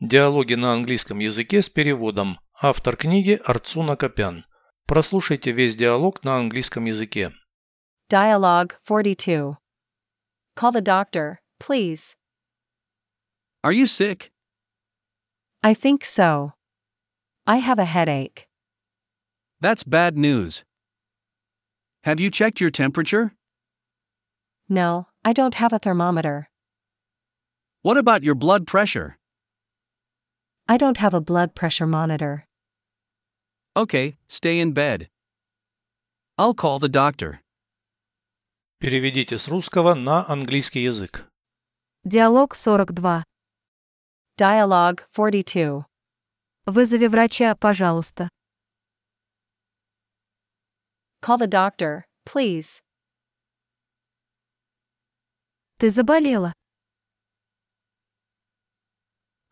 Диалоги на английском языке с переводом. Автор книги Арцуна Копян. Прослушайте весь диалог на английском языке. Dialogue 42. Call the doctor, please. Are you sick? I think so. I have a headache. That's bad news. Have you checked your temperature? No, I don't have a thermometer. What about your blood pressure? I don't have a blood pressure monitor. Okay, stay in bed. I'll call the doctor. Переведите с русского на английский язык. Диалог 42. Dialogue 42. Вызови врача, пожалуйста. Call the doctor, please. Ты заболела.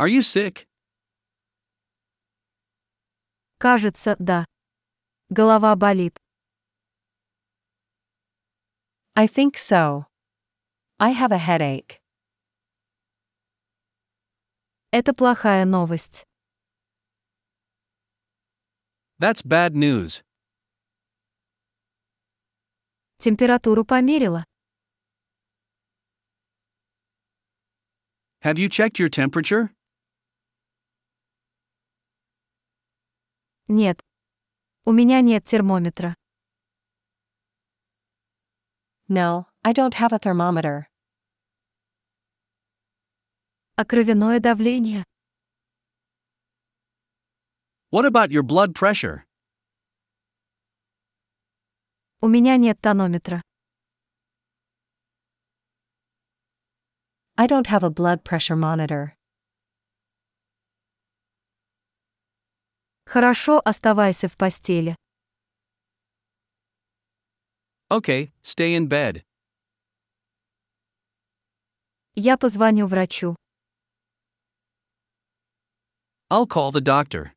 Are you sick? Кажется, да. Голова болит. I think so. I have a headache. Это плохая новость. That's bad news. Температуру померила. Have you checked your temperature? Нет. У меня нет термометра. No, I don't have a thermometer. А кровяное давление? What about your blood pressure? У меня нет тонометра. I don't have a blood pressure monitor. Хорошо, оставайся в постели. Okay, stay in bed. Я позвоню врачу. I'll call the doctor.